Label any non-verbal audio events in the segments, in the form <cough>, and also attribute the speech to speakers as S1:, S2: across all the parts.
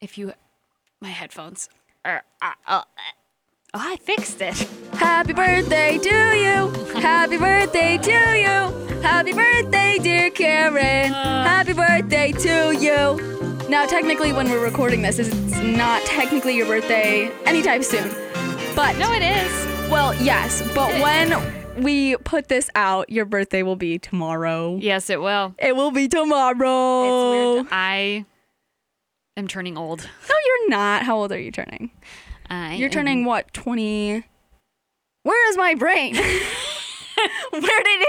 S1: If you. My headphones. Uh, uh, uh, Oh, I fixed it. Happy birthday to you. Happy birthday to you. Happy birthday, dear Karen. Happy birthday to you. Now, technically, when we're recording this, it's not technically your birthday anytime soon. But,
S2: No, it is.
S1: well, yes, but when we put this out, your birthday will be tomorrow.
S2: Yes, it will.
S1: It will be tomorrow.
S2: Oh. I am turning old.
S1: No, you're not. How old are you turning?
S2: I
S1: You're
S2: am-
S1: turning what, 20? Where is my
S2: <laughs>
S1: brain? <laughs> Where did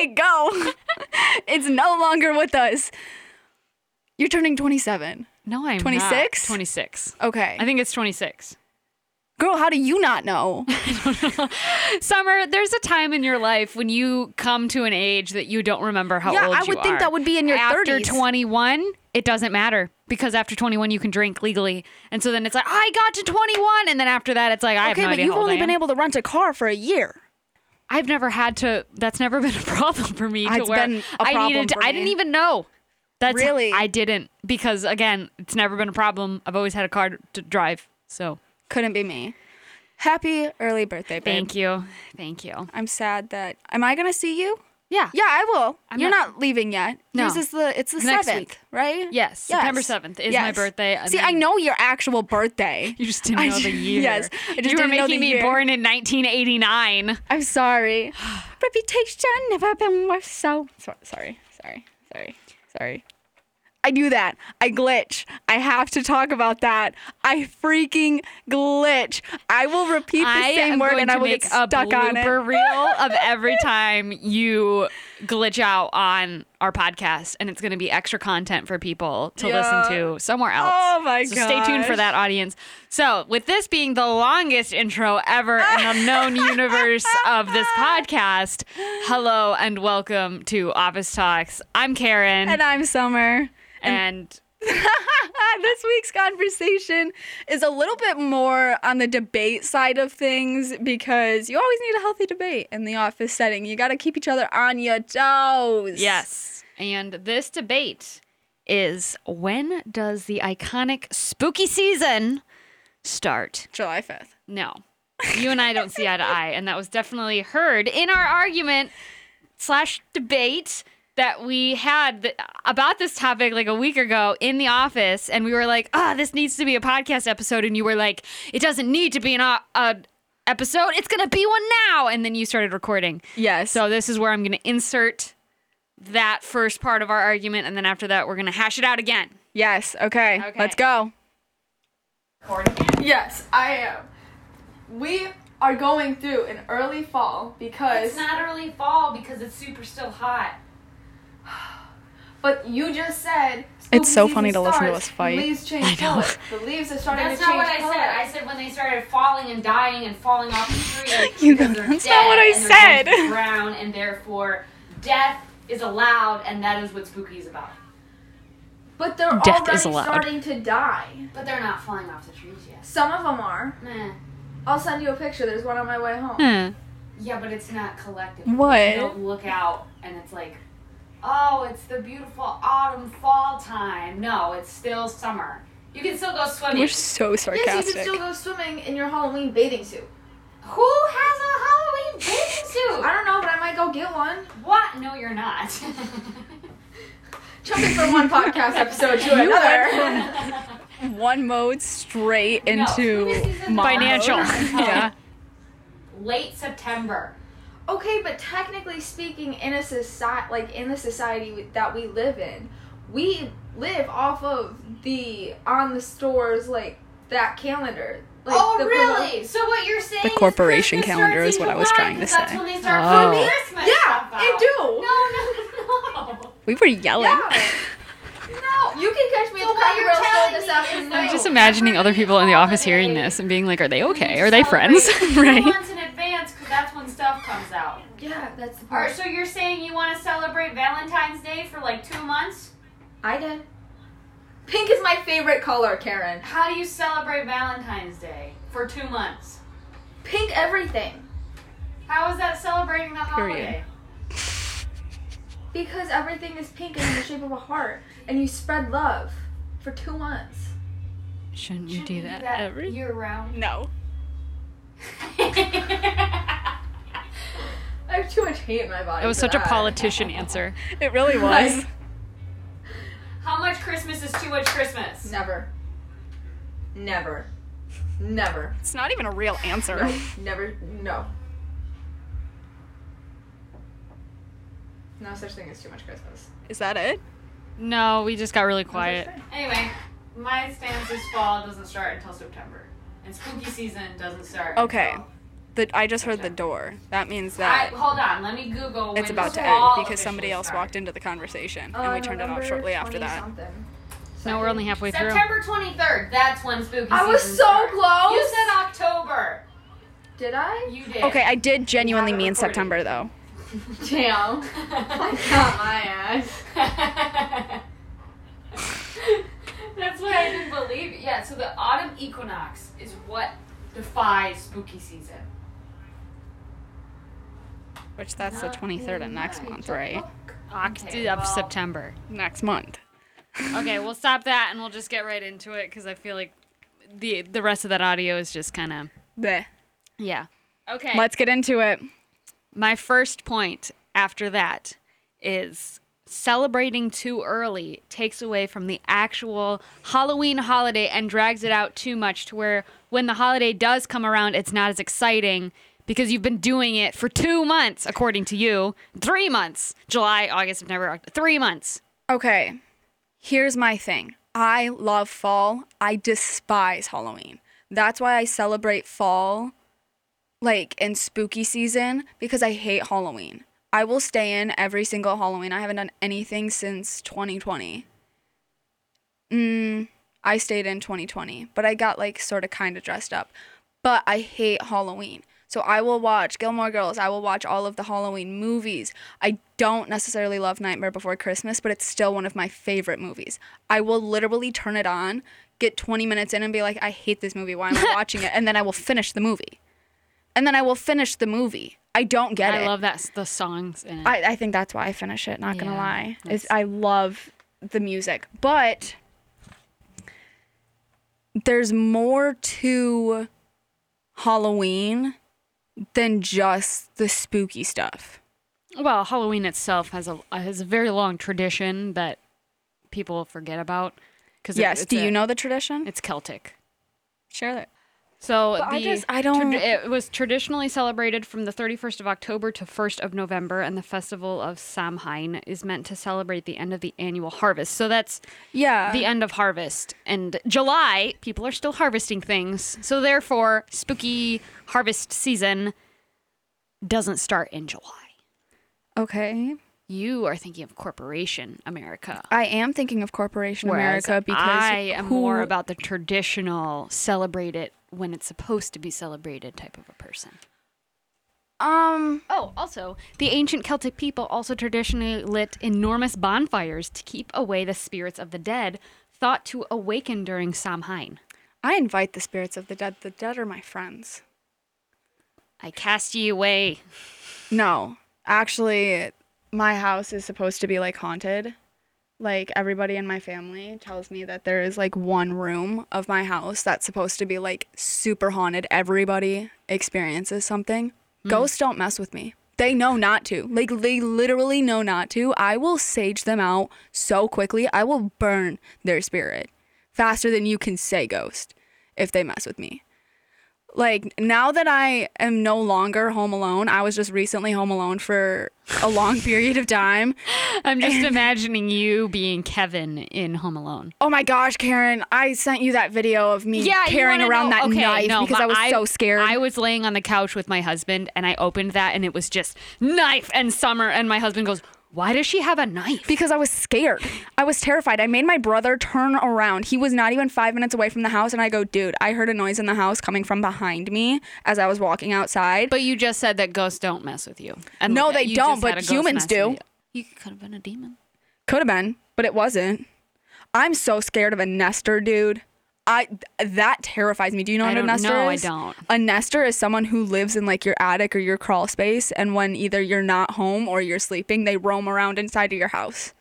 S1: it go? <laughs> it's no longer with us. You're turning 27.
S2: No, I'm
S1: 26?
S2: 26.
S1: Okay.
S2: I think it's 26.
S1: Girl, how do you not know?
S2: Summer, there's a time in your life when you come to an age that you don't remember how
S1: yeah,
S2: old
S1: I
S2: you
S1: would think
S2: are.
S1: that would be in your
S2: after
S1: 30s.
S2: 21, it doesn't matter because after 21 you can drink legally, and so then it's like I got to 21, and then after that it's like <laughs> I have
S1: okay,
S2: no
S1: but
S2: idea
S1: you've
S2: how old
S1: only
S2: I
S1: been
S2: am.
S1: able to rent a car for a year.
S2: I've never had to. That's never <laughs> been a problem for me. To
S1: Ah, It's
S2: where
S1: been a
S2: I
S1: problem
S2: needed.
S1: for
S2: I didn't
S1: me.
S2: even know. That's
S1: Really?
S2: I didn't because again, it's never been a problem. I've always had a car to drive. So
S1: Couldn't be me. Happy early birthday, babe.
S2: thank you, thank you.
S1: I'm sad that. Am I gonna see you?
S2: Yeah.
S1: Yeah, I will.
S2: I'm
S1: You're
S2: not-
S1: not, leaving yet.
S2: No.
S1: Yours is the it's the
S2: Next
S1: seventh,
S2: week.
S1: right?
S2: Yes, September 7th is my birthday, and
S1: See, I
S2: then-
S1: know your actual birthday.
S2: You just didn't
S1: I <laughs>
S2: know the
S1: ju-
S2: year.
S1: yes, I just
S2: you were
S1: didn't know
S2: making
S1: the
S2: me
S1: year.
S2: born in 1989.
S1: I'm sorry. <sighs> Reputation never been worth so. so- Sorry, sorry, sorry, sorry. I do that. I glitch. I have to talk about that. I freaking glitch. I will repeat the
S2: I
S1: same
S2: am
S1: word
S2: going
S1: and I
S2: to
S1: will
S2: make
S1: get stuck
S2: a
S1: on it.
S2: blooper
S1: <laughs>
S2: reel of every time you glitch out on our podcast, and it's going to be extra content for people to
S1: Yeah.
S2: listen to somewhere else.
S1: Oh
S2: <laughs>
S1: my
S2: So stay tuned for
S1: gosh.
S2: that, audience. So, with this being the longest intro ever in the
S1: <laughs>
S2: known universe of this podcast, hello and welcome to Office Talks. I'm Karen,
S1: And
S2: and,
S1: I'm
S2: <laughs>
S1: Summer. <laughs> this week's conversation is a little bit more on the debate side of things because you always need a healthy debate in the office setting. You got to keep each other on your toes.
S2: yes, and this debate is when does the iconic spooky season start?
S1: July 5th.
S2: No. You and I don't see eye to eye. And that was definitely heard in our argument slash debate that we had th- about this topic like a week ago in the office. And we were like, oh, this needs to be a podcast episode. And you were like, it doesn't need to be an o- a episode. It's going to be one now. And then you started recording.
S1: Yes.
S2: So this is where I'm going to insert that first part of our argument. And then after that, we're going to hash it out again.
S1: yes. Okay.
S2: Okay.
S1: Let's go. Yes, I am. We are going through an early fall because
S2: not early fall because it's super still hot.
S3: But you just said
S1: It's so
S3: spooky season
S1: funny to listen to
S3: starts,
S1: us fight.
S3: Leaves change
S2: I know.
S3: color. The leaves are starting
S2: That's
S3: to
S2: not what I
S3: change color.
S2: said. I said when they started falling and dying and falling off the tree.
S1: <laughs> You
S2: because
S1: go-
S2: they're
S1: that's
S2: dead
S1: not what I
S2: and they're going
S1: said. <laughs>
S2: to Drown and therefore death is allowed, and that is what spooky is about.
S3: But they're
S1: Death
S3: already
S1: is allowed.
S3: starting to die.
S2: But they're not falling off the trees yet.
S3: Some of them are.
S2: Meh.
S3: I'll send you a picture. There's one on my way
S1: Hmm.
S3: home.
S2: Yeah, but it's not collective.
S1: What?
S2: You don't look out and it's like, oh, it's the beautiful autumn fall time. No, it's still summer. You can still go swimming.
S1: We're so
S3: Yes, you
S1: sarcastic.
S3: can still go swimming in your Halloween bathing suit.
S2: Who has a Halloween bathing suit?
S3: I don't know, but I might go get one.
S2: What? No, you're not. <laughs>
S3: Jump in from one podcast episode to
S1: You
S3: <laughs> another.
S1: One mode straight
S2: No,
S1: into
S3: <laughs>
S2: spooky season's
S1: mom
S2: financial.
S1: mode. <laughs> yeah.
S2: Late September.
S3: okay, but technically speaking, in a society like in the society we- that we live in, we live off of the on the stores like that calendar. Like,
S2: oh,
S3: the promo-
S2: really? so what you're saying?
S1: The
S2: is
S1: corporation
S2: Christmas
S1: calendar
S2: starts
S1: is
S2: in
S1: what I was
S2: July
S1: trying to
S2: 'cause That's
S1: say.
S2: when they start putting
S1: Oh.
S2: Christmas
S3: Yeah,
S2: stuff out.
S3: I do.
S2: No, no, no,
S1: <laughs>
S2: no.
S1: We were yelling.
S2: <laughs>
S3: Yeah. No, you can catch me at
S2: So
S3: the
S2: what
S3: Cracker
S2: you're
S3: Barrel store
S2: telling
S3: this
S2: me is
S3: afternoon.
S2: that-
S4: I'm just imagining other people in the office hearing this and being like, "Are they okay? Are they
S2: <laughs>
S4: friends?"
S1: <laughs>
S2: Celebrate
S4: right?
S2: Two months in advance because that's when stuff comes out.
S3: yeah, that's the
S2: All right,
S3: part.
S2: so you're saying you want to celebrate Valentine's Day for like two months?
S3: I did. Pink is my favorite color, Karen.
S2: How do you celebrate Valentine's Day for two months?
S3: Pink everything.
S2: How is that celebrating the
S1: Period.
S2: holiday?
S3: Because everything is pink and in the shape of a heart. And you spread love for two months.
S2: Shouldn't you
S4: Should
S2: do that every? <laughs>
S4: year round?
S1: <laughs> No.
S3: I have too much hate in my body.
S2: It was
S3: for
S2: such a
S3: that.
S2: politician answer.
S1: It
S3: <laughs>
S1: really was.
S4: How much Christmas is too much Christmas?
S3: Never. Never. Never.
S1: It's not even a real answer.
S3: Never. No. No such thing as too much Christmas.
S1: Is that it?
S2: No, we just got really quiet.
S4: Anyway, my stance is fall doesn't start until September, and spooky season doesn't start.
S1: Okay.
S4: until-
S1: The, I just heard the door. That means
S4: I,
S1: that
S4: hold on, let me Google. When
S1: it's about to
S4: does
S1: end
S4: fall
S1: because somebody
S4: officially
S1: else
S4: start.
S1: walked into the conversation and we turned it
S3: Uh,
S1: off shortly after that.
S2: No, we're only halfway through.
S4: September 23rd. That's when spooky.
S3: I was
S4: season
S3: so
S4: starts.
S3: close.
S4: You said October.
S3: Did I?
S4: You did. <laughs>
S1: Okay, I did genuinely
S4: haven't
S1: mean
S4: recorded.
S1: September though.
S4: <laughs>
S3: Damn. I got my ass.
S4: That's what I didn't believe. Yeah, so the autumn equinox is what defies spooky season.
S1: Which that's the 23rd of next month, right?
S2: Oct
S4: Okay,
S2: of
S4: well-
S2: September.
S1: Next month.
S2: Okay, we'll stop that and we'll just get right into it because I feel like the the rest of that audio is just kind of
S1: Bleh.
S2: yeah. Okay.
S1: Let's get into it.
S2: My first point after that is celebrating too early takes away from the actual Halloween holiday and drags it out too much to where when the holiday does come around, it's not as exciting because you've been doing it for two months, according to you. Three months July, August, September, Oct- three months.
S1: Okay, here's my thing. I love fall. I despise Halloween. That's why I celebrate fall, like in spooky season, because I hate Halloween. I will stay in every single Halloween. I haven't done anything since 2020. Mm, I stayed in 2020, but I got like sort of kind of dressed up. But I hate Halloween. So I will watch Gilmore Girls. I will watch all of the Halloween movies. I don't necessarily love Nightmare Before Christmas, but it's still one of my favorite movies. I will literally turn it on, get 20 minutes in, and be like, I hate this movie. Why
S2: <laughs>
S1: am I watching it? And then I will finish the movie. And then I will finish the movie. I don't get it.
S2: I love that s- the songs in it.
S1: I, I think that's why I finish it. Not gonna
S2: Yeah,
S1: lie, it's,
S2: that's-
S1: I love the music, but there's more to Halloween than just the spooky stuff.
S2: Well, Halloween itself has a has a very long tradition that people forget about. Cause it-
S1: yes,
S2: it's
S1: do you
S2: a-
S1: know the tradition?
S2: It's Celtic.
S1: Share that.
S2: So
S1: But
S2: the
S1: I just- I don't-
S2: it was traditionally celebrated from the 31st of October to 1st of November, and the festival of Samhain is meant to celebrate the end of the annual harvest. So that's
S1: Yeah,
S2: the end of harvest, and July people are still harvesting things. So therefore, spooky harvest season doesn't start in July.
S1: okay.
S2: You are thinking of corporation America.
S1: I am thinking of corporation
S2: Whereas
S1: America because
S2: I am
S1: who-
S2: more about the traditional celebrate it when it's supposed to be celebrated type of a person.
S1: um.
S2: Oh, also, the ancient Celtic people also traditionally lit enormous bonfires to keep away the spirits of the dead thought to awaken during Samhain.
S1: I invite the spirits of the dead. The dead are my friends.
S2: I cast ye away.
S1: No, actually, my house is supposed to be like haunted. Like everybody in my family tells me that there is like one room of my house that's supposed to be like super haunted. Everybody experiences something. Ghosts don't mess with me. They know not to. Like they literally know not to. I will sage them out so quickly. I will burn their spirit faster than you can say ghost if they mess with me like now that I am no longer home alone, I was just recently home alone for a long <laughs> period of time.
S2: <laughs> I'm <laughs> just imagining you being Kevin in Home Alone.
S1: Oh my gosh, Karen, I sent you that video of me
S2: Yeah, you
S1: carrying
S2: wanna
S1: around
S2: know-
S1: that
S2: okay,
S1: knife
S2: no,
S1: because
S2: my-
S1: I was so scared.
S2: I was laying on the couch with my husband, and I opened that, and it was just knife and summer. And my husband goes, "Why does she have a knife?"
S1: because I was scared. I was terrified. I made my brother turn around. He was not even five minutes away from the house. And I go, dude, I heard a noise in the house coming from behind me as I was walking outside.
S2: But you just said that ghosts don't mess with you. And
S1: No,
S2: look at-
S1: they
S2: you
S1: don't,
S2: just had
S1: but
S2: a ghost
S1: humans
S2: mess with
S1: do.
S2: You, you could have been a demon.
S1: Could have been, but it wasn't. I'm so scared of a nester, dude. I that terrifies me. Do you know
S2: I
S1: what a
S2: don't-
S1: nester
S2: no, I
S1: is?
S2: don't.
S1: A nester is someone who lives in like your attic or your crawl space, and when either you're not home or you're sleeping, they roam around inside of your house,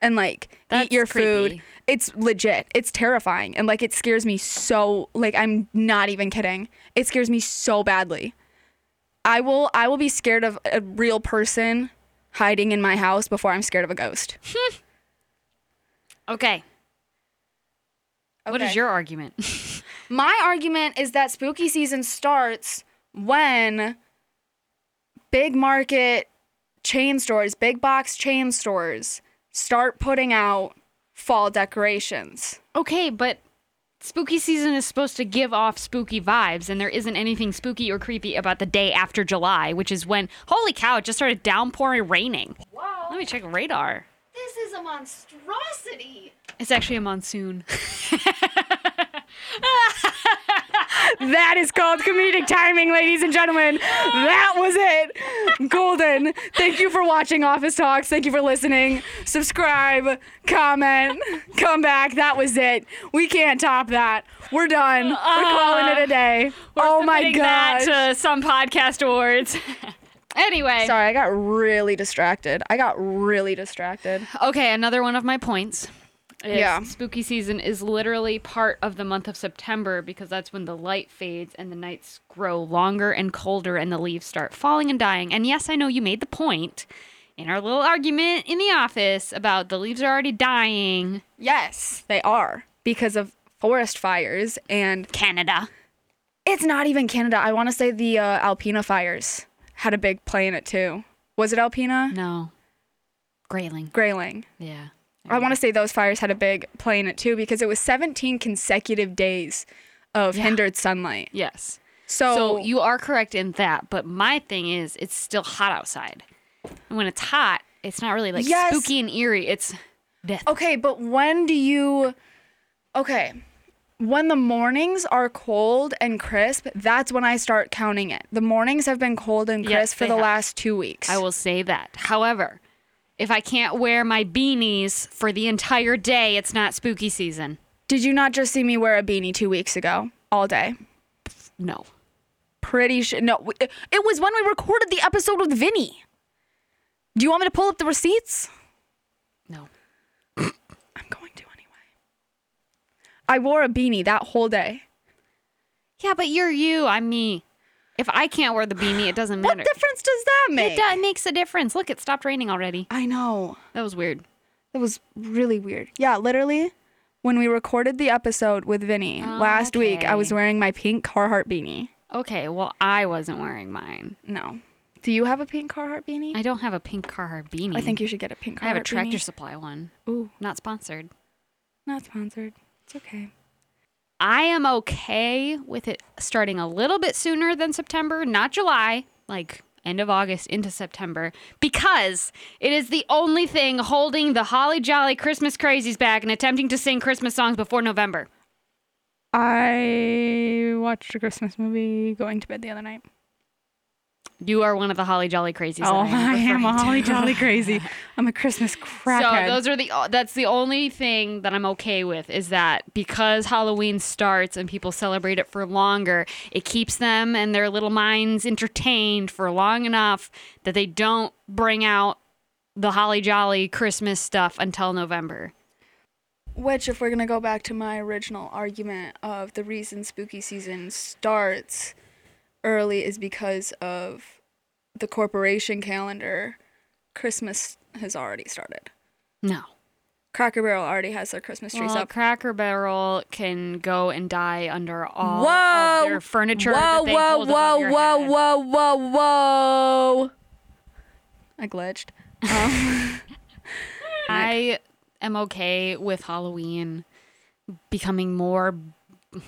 S1: and like
S2: That's
S1: eat your food.
S2: creepy.
S1: It's legit. It's terrifying. And like it scares me so like I'm not even kidding. It scares me so badly. I will I will be scared of a real person hiding in my house before I'm scared of a ghost.
S2: Okay. What is
S1: Okay.
S2: your argument? <laughs>
S1: My argument is that spooky season starts when big market chain stores, big box chain stores start putting out fall decorations.
S2: okay, but spooky season is supposed to give off spooky vibes, and there isn't anything spooky or creepy about the day after July, which is when, holy cow, it just started downpouring raining. Let
S5: Whoa,
S2: me check radar.
S5: this is a monstrosity.
S2: It's actually a monsoon.
S1: That is called comedic timing, ladies and gentlemen. That was it. Golden. Thank you for watching Office Talks. Thank you for listening. Subscribe, comment, come back. That was it. We can't top that. We're done. We're calling it a day.
S2: <laughs>
S1: oh my
S2: Uh, submitting that
S1: god.
S2: to some podcast awards. <laughs> anyway,
S1: Sorry, I got really distracted. I got really distracted.
S2: okay, another one of my points. is
S1: Yeah.
S2: Spooky season is literally part of the month of September because that's when the light fades and the nights grow longer and colder and the leaves start falling and dying. And yes, I know you made the point in our little argument in the office about the leaves are already dying.
S1: Yes, they are because of forest fires and
S2: Canada.
S1: it's not even Canada. I want to say the uh, Alpena fires had a big play in it too. Was it Alpena?
S2: No. Grayling.
S1: Grayling.
S2: Yeah.
S1: I want to say those fires had a big play in it too because it was 17 consecutive days of hindered sunlight.
S2: Yes.
S1: So,
S2: So you are correct in that, but my thing is it's still hot outside. And when it's hot, it's not really like
S1: Yes.
S2: spooky and eerie. It's death.
S1: Okay, but when do you Okay. When the mornings are cold and crisp, that's when I start counting it. The mornings have been cold and
S2: Yes,
S1: crisp for
S2: they
S1: the
S2: have.
S1: last 2 weeks.
S2: I will say that. However, if I can't wear my beanies for the entire day, it's not spooky season.
S1: Did you not just see me wear a beanie 2 weeks ago all day?
S2: No.
S1: Pretty sure. No, w- it was when we recorded the episode with Vinny. Do you want me to pull up the receipts?
S2: No.
S1: I'm going to anyway. I wore a beanie that whole day.
S2: Yeah, but you're you, I'm me. If I can't wear the beanie, it <sighs> doesn't
S1: What
S2: matter.
S1: difference does that make?
S2: it, do- it makes a difference. Look, it stopped raining already.
S1: I know.
S2: That was weird.
S1: That was really weird. Yeah, literally, when we recorded the episode with Vinny last week, I was
S2: Okay.
S1: wearing my pink Carhartt beanie.
S2: Okay, well, I wasn't wearing mine.
S1: No. Do you have a pink Carhartt beanie?
S2: I don't have a pink Carhartt beanie.
S1: I think you should get a pink Carhartt
S2: I have a tractor
S1: beanie.
S2: supply one.
S1: Ooh,
S2: Not sponsored.
S1: not sponsored. It's okay.
S2: I am okay with it starting a little bit sooner than September, not July, like end of August into September, because it is the only thing holding the holly jolly Christmas crazies back and attempting to sing Christmas songs before November.
S1: I watched a Christmas movie going to bed the other night.
S2: You are one of the holly jolly crazies.
S1: oh,
S2: that
S1: I
S2: referring
S1: am
S2: to.
S1: holly <laughs> jolly crazy. I'm a Christmas crackhead.
S2: So those are the uh, that's the only thing that I'm okay with is that because Halloween starts and people celebrate it for longer, it keeps them and their little minds entertained for long enough that they don't bring out the holly jolly Christmas stuff until November.
S1: Which, if we're going to go back to my original argument of the reason spooky season starts early is because of the corporation calendar, Christmas has already started.
S2: No.
S1: Cracker Barrel already has their Christmas trees
S2: Well,
S1: up.
S2: Cracker Barrel can go and die under all
S1: Whoa!
S2: of their furniture.
S1: whoa,
S2: that they
S1: whoa,
S2: hold above
S1: whoa,
S2: your
S1: whoa,
S2: head.
S1: whoa, whoa, whoa. I glitched.
S2: I am okay with Halloween becoming more.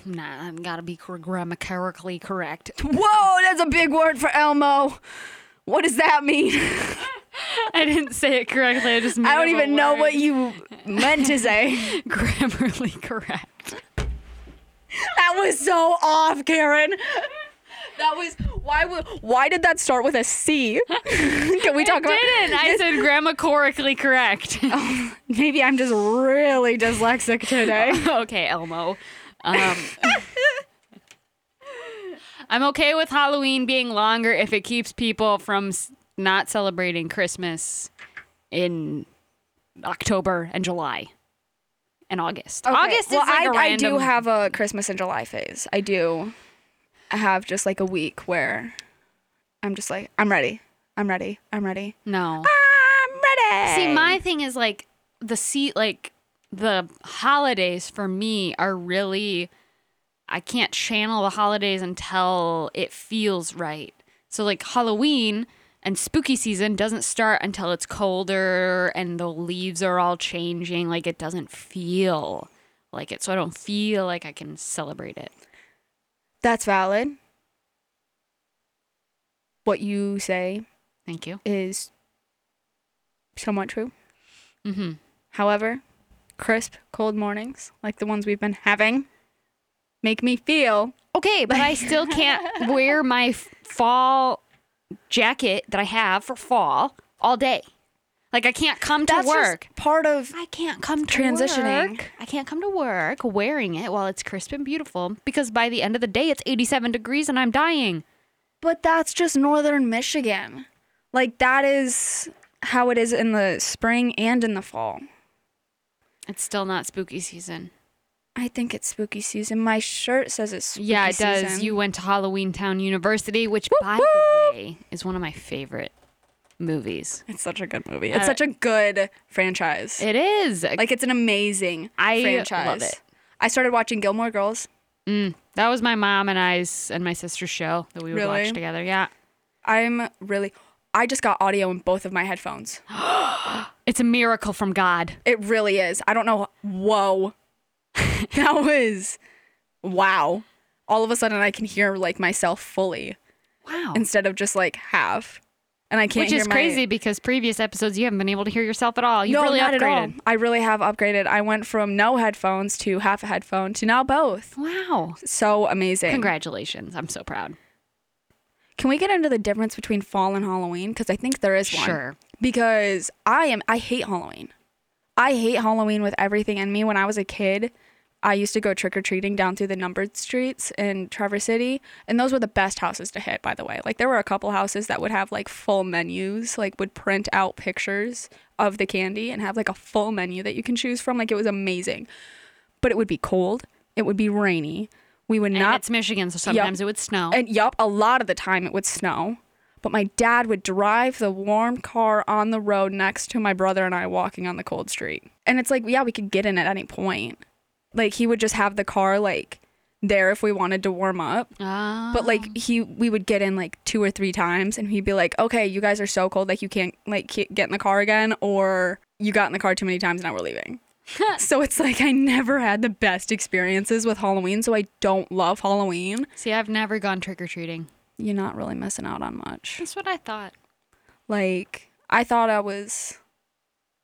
S2: Nah, I've got to be cor- grammatically correct. <laughs>
S1: Whoa, that's a big word for Elmo. What does that mean?
S2: <laughs> I didn't say it correctly. I just made
S1: I don't
S2: up a
S1: even know
S2: word.
S1: what you meant to say.
S2: <laughs> grammarly correct.
S1: that was so off, Karen. That was why would why did that start with a C? <laughs> Can we talk about
S2: Didn't I said grammatically correct?
S1: <laughs> Maybe I'm just really
S2: <laughs>
S1: dyslexic today.
S2: okay, Elmo. Um, I'm okay with Halloween being longer if it keeps people from s- not celebrating Christmas in October and July and August.
S1: Okay,
S2: August
S1: well,
S2: is like
S1: I
S2: a
S1: I do
S2: random-
S1: have a Christmas in July phase. I do have just like a week where I'm just like, I'm ready. I'm ready. I'm ready.
S2: no.
S1: I'm ready.
S2: See, my thing is like the seat, like the holidays for me are really. I can't channel the holidays until it feels right. So like Halloween and spooky season doesn't start until it's colder and the leaves are all changing. Like it doesn't feel like it, so I don't feel like I can celebrate it.
S1: That's valid. What you say
S2: Thank you.
S1: is somewhat true.
S2: Mm-hmm.
S1: However, crisp, cold mornings like the ones we've been having make me feel
S2: Okay, but I still <laughs> can't wear my f- fall jacket that I have for fall all day. Like I can't come to
S1: that's just
S2: work.
S1: part of
S2: I can't come to
S1: transitioning.
S2: work. I can't come to work wearing it while it's crisp and beautiful because by the end of the day it's 87 degrees and I'm dying.
S1: But that's just northern Michigan. Like that is how it is in the spring and in the fall.
S2: It's still not spooky season.
S1: I think it's spooky season. My shirt says it's spooky
S2: yeah, it does.
S1: season.
S2: You went to Halloween Town University, which by the way is one of my favorite movies.
S1: It's such a good movie. It's such a good franchise.
S2: It is.
S1: like it's an amazing
S2: I love
S1: franchise.
S2: it.
S1: I started watching Gilmore Girls.
S2: Mm, that was my mom and I's and my sister's show that we would
S1: Really?
S2: watch together. Yeah.
S1: I'm really I just got audio in both of my headphones.
S2: It's a miracle from God.
S1: It really is. I don't know whoa. <laughs> that was wow. All of a sudden I can hear like myself fully.
S2: Wow.
S1: instead of just like half. And I can't
S2: Which
S1: hear
S2: is
S1: my-
S2: crazy because previous episodes you haven't been able to hear yourself at all. You've
S1: no,
S2: really
S1: not
S2: upgraded.
S1: at all. I really have upgraded. I went from no headphones to half a headphone to now both.
S2: Wow.
S1: So amazing.
S2: Congratulations. I'm so proud.
S1: Can we get into the difference between fall and Halloween? Because I think there is one.
S2: Sure.
S1: Because I am I hate Halloween. I hate Halloween with everything in me. When I was a kid, I used to go trick or treating down through the numbered streets in Traverse City, and those were the best houses to hit, by the way. Like there were a couple houses that would have like full menus, like would print out pictures of the candy and have like a full menu that you can choose from. Like it was amazing. But it would be cold. It would be rainy. We would
S2: And
S1: not
S2: it's Michigan, so sometimes it would snow.
S1: and yup, a lot of the time it would snow. But my dad would drive the warm car on the road next to my brother and I walking on the cold street. And it's like, yeah, we could get in at any point. Like he would just have the car like there if we wanted to warm up.
S2: Ah.
S1: But like he we would get in like two or three times and he'd be like, "Okay, you guys are so cold like you can't like ca- get in the car again or you got in the car too many times and now we're
S2: <laughs>
S1: leaving." so it's like I never had the best experiences with Halloween, so I don't love Halloween
S2: See, I've never gone trick or treating.
S1: you're not really missing out on much.
S2: That's what I thought.
S1: Like, I thought I was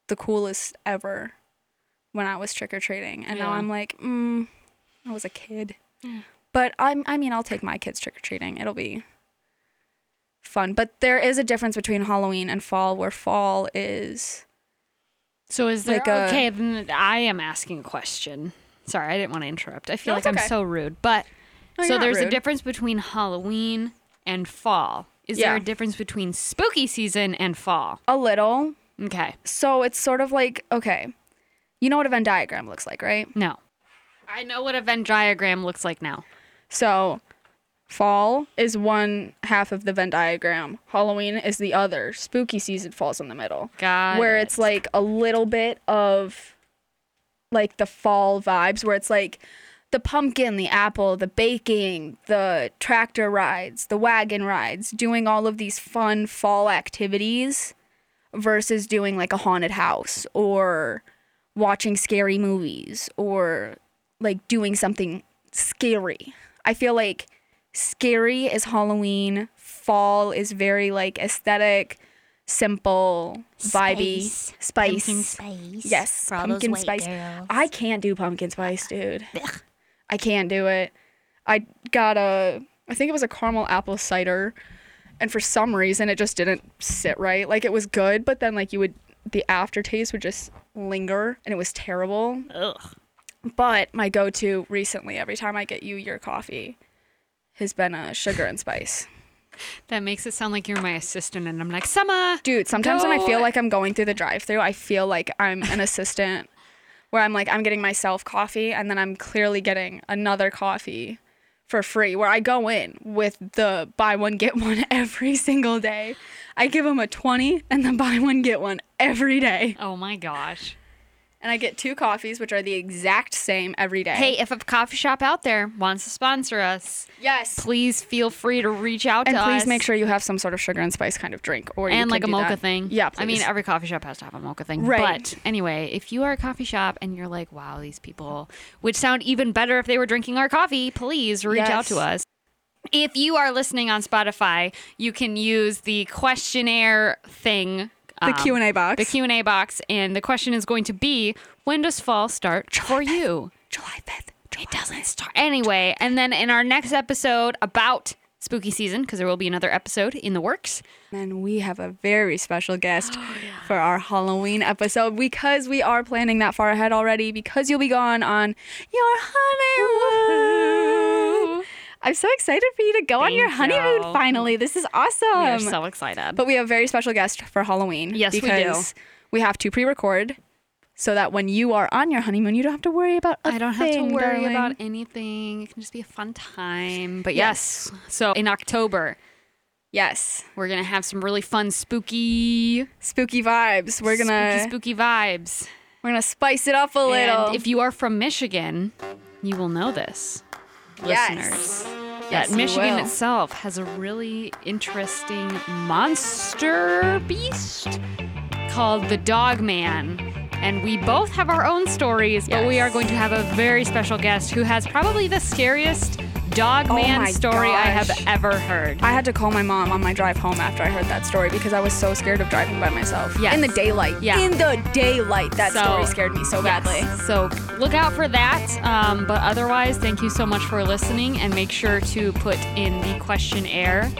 S1: the coolest ever when I was trick or treating, and now
S2: Yeah.
S1: I'm like, mm, I was a kid. But I'm, I mean, I'll take my kids trick or treating. It'll be fun. But there is a difference between Halloween and fall, where fall is
S2: So is there
S1: Like a-
S2: okay? Then I am asking a question. Sorry, I didn't want to interrupt. I feel
S1: No,
S2: like
S1: it's
S2: I'm
S1: okay.
S2: so rude, but
S1: No, you're
S2: so
S1: not
S2: there's a
S1: rude.
S2: difference between Halloween and fall. Is there
S1: Yeah.
S2: a difference between spooky season and fall?
S1: a little.
S2: Okay,
S1: So it's sort of like, okay, you know what a Venn diagram looks like, right?
S2: no, I know what a Venn diagram looks like now.
S1: So, fall is one half of the Venn diagram. Halloween is the other. Spooky season falls in the middle,
S2: Got
S1: where
S2: it.
S1: it's like a little bit of like the fall vibes, where it's like the pumpkin, the apple, the baking, the tractor rides, the wagon rides, doing all of these fun fall activities versus doing like a haunted house or watching scary movies or like doing something scary. I feel like scary is Halloween, fall is very like aesthetic, simple, vibey, spice.
S6: spice.
S1: Yes,
S6: for all those
S1: pumpkin
S6: white
S1: spice.
S6: girls.
S1: I can't do pumpkin spice, dude. I can't do it. I got a, I think it was a caramel apple cider, and for some reason it just didn't sit right. Like it was good, but then like you would, the aftertaste would just linger, and it was terrible. But my go-to recently, every time I get you your coffee, has been a sugar and uh, spice.
S2: That makes it sound like you're my assistant, and I'm like, Summer.
S1: Dude, sometimes when I
S2: Go-
S1: feel like I'm going through the drive through, I feel like I'm an assistant where I'm like, I'm getting myself coffee and then I'm clearly getting another coffee for free where I go in with the buy one, get one <laughs> every single day. I give them a 20 and then buy one, get one every day.
S2: Oh my gosh.
S1: And I get two coffees, which are the exact same every day.
S2: Hey, if a coffee shop out there wants to sponsor us,
S1: yes.
S2: please feel free to reach out
S1: and
S2: to
S1: please
S2: us.
S1: make sure you have some sort of sugar and spice kind of drink or you
S2: and like a
S1: can do
S2: mocha
S1: that.
S2: thing.
S1: yeah
S2: I mean,
S1: please.
S2: every coffee shop has to have a mocha thing.
S1: Right.
S2: But anyway, if you are a coffee shop and you're like, wow, these people would sound even better if they were drinking our coffee, please reach out to
S1: Yes.
S2: us. If you are listening on Spotify, you can use the questionnaire thing. um,
S1: the q&a box
S2: uh, The Q&A box. And the question is going to be, when does fall start for you?
S1: july 5th
S2: It doesn't start anyway. And then in our next episode about spooky season, because there will be another episode in the works.
S1: And we have a very
S2: <gasps>
S1: special guest
S2: Oh,
S1: for our Halloween episode because we are planning that far ahead already because you'll be gone on your honeymoon. I'm so excited for you to go on your
S2: Thank
S1: honeymoon
S2: you.
S1: finally. This is awesome.
S2: We are so excited.
S1: Um, but we have a very special guest for Halloween.
S2: Yes, we do.
S1: because we have to pre-record so that when you are on your honeymoon, you don't have to worry about. I
S2: I don't have to worry about anything. It can just be a fun time. But yes. So in October,
S1: Yes,
S2: we're going to have some really fun, spooky,
S1: spooky vibes. We're gonna
S2: spooky, spooky vibes.
S1: we're gonna spice it up a little.
S2: And if you are from Michigan, you will know this, listeners.
S1: Yes,
S2: That
S1: you
S2: Michigan
S1: will.
S2: itself has a really interesting monster beast called the Dog Man. And we both have our own stories, but we are going to have a very special guest who has probably the scariest dog
S1: Oh
S2: man
S1: my
S2: story I
S1: gosh.
S2: have ever heard.
S1: I had to call my mom on my drive home after I heard that story because I was so scared of driving by myself.
S2: Yes.
S1: In the daylight.
S2: Yeah.
S1: In the daylight. That
S2: So-
S1: story scared me so badly.
S2: So look out for that. Um, but otherwise, thank you so much for listening and make sure to put in the questionnaire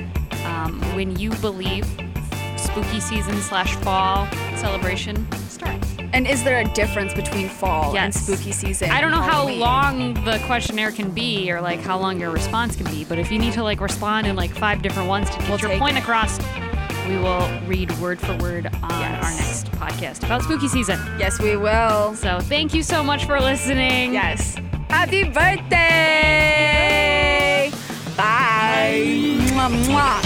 S2: um, when you believe spooky season slash fall celebration starts.
S1: And is there a difference between fall and
S2: Yes.
S1: spooky season?
S2: I don't know
S1: and
S2: how
S1: Halloween?
S2: long the questionnaire can be or like how long your response can be, but if you need to like respond in like five different ones to get
S1: We'll
S2: your
S1: take
S2: point
S1: it.
S2: across, we will read word for word on our
S1: Yes.
S2: next podcast about spooky season.
S1: Yes, we will.
S2: So thank you so much for listening.
S1: Yes. Happy birthday! Bye. Mwah, mwah.